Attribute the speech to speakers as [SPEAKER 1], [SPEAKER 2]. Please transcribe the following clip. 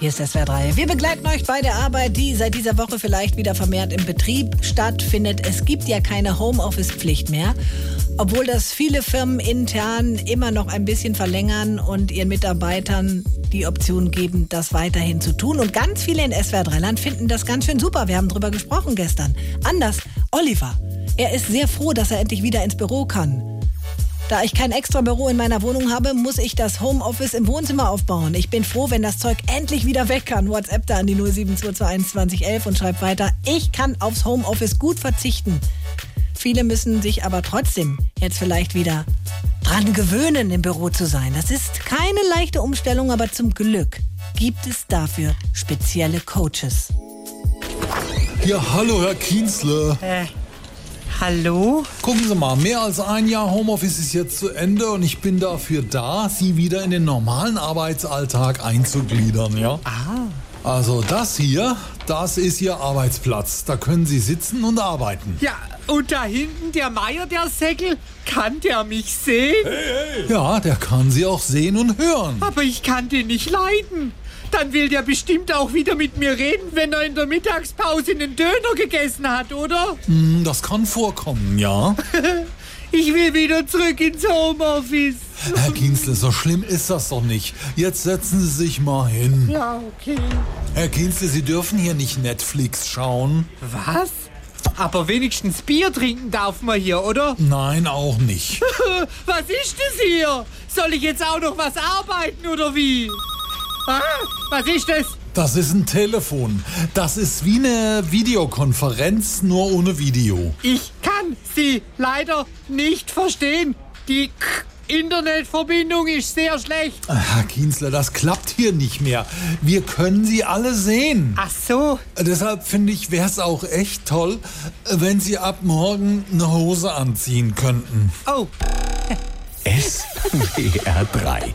[SPEAKER 1] Hier ist SWR 3. Wir begleiten euch bei der Arbeit, die seit dieser Woche vielleicht wieder vermehrt im Betrieb stattfindet. Es gibt ja keine Homeoffice-Pflicht mehr, obwohl das viele Firmen intern immer noch ein bisschen verlängern und ihren Mitarbeitern die Option geben, das weiterhin zu tun. Und ganz viele in SWR 3 Land finden das ganz schön super. Wir haben drüber gesprochen gestern. Anders, Oliver. Er ist sehr froh, dass er endlich wieder ins Büro kann. Da ich kein extra Büro in meiner Wohnung habe, muss ich das Homeoffice im Wohnzimmer aufbauen. Ich bin froh, wenn das Zeug endlich wieder weg kann. WhatsApp da an die 072212011 und schreibt weiter. Ich kann aufs Homeoffice gut verzichten. Viele müssen sich aber trotzdem jetzt vielleicht wieder dran gewöhnen, im Büro zu sein. Das ist keine leichte Umstellung, aber zum Glück gibt es dafür spezielle Coaches.
[SPEAKER 2] Ja, hallo, Herr Kienzle.
[SPEAKER 3] Äh, hallo?
[SPEAKER 2] Gucken Sie mal, mehr als ein Jahr Homeoffice ist jetzt zu Ende und ich bin dafür da, Sie wieder in den normalen Arbeitsalltag einzugliedern, ja?
[SPEAKER 3] Ah,
[SPEAKER 2] Also das hier, das ist Ihr Arbeitsplatz. Da können Sie sitzen und arbeiten.
[SPEAKER 3] ja, und da hinten der Meier, der Säckel, kann der mich sehen?
[SPEAKER 2] Ja, der kann Sie auch sehen und hören.
[SPEAKER 3] Aber ich kann den nicht leiden. Dann will der bestimmt auch wieder mit mir reden, wenn er in der Mittagspause einen Döner gegessen hat, oder?
[SPEAKER 2] Hm, Das kann vorkommen, ja?
[SPEAKER 3] Ich will wieder zurück ins Homeoffice.
[SPEAKER 2] Herr Kienzle, so schlimm ist das doch nicht. Jetzt setzen Sie sich mal hin.
[SPEAKER 3] Ja, okay.
[SPEAKER 2] Herr Kienzle, Sie dürfen hier nicht Netflix schauen.
[SPEAKER 3] Was? Aber wenigstens Bier trinken darf man hier, oder?
[SPEAKER 2] Nein, auch nicht.
[SPEAKER 3] Was ist das hier? Soll ich jetzt auch noch was arbeiten, oder wie? Ah, was ist das?
[SPEAKER 2] Das ist ein Telefon. Das ist wie eine Videokonferenz, nur ohne Video.
[SPEAKER 3] Ich kann Sie leider nicht verstehen. Die K Internetverbindung ist sehr schlecht.
[SPEAKER 2] Herr Kienzler, das klappt hier nicht mehr. Wir können sie alle sehen.
[SPEAKER 3] Ach so.
[SPEAKER 2] Deshalb finde ich, wäre es auch echt toll, wenn Sie ab morgen eine Hose anziehen könnten.
[SPEAKER 3] Oh,
[SPEAKER 4] SWR 3.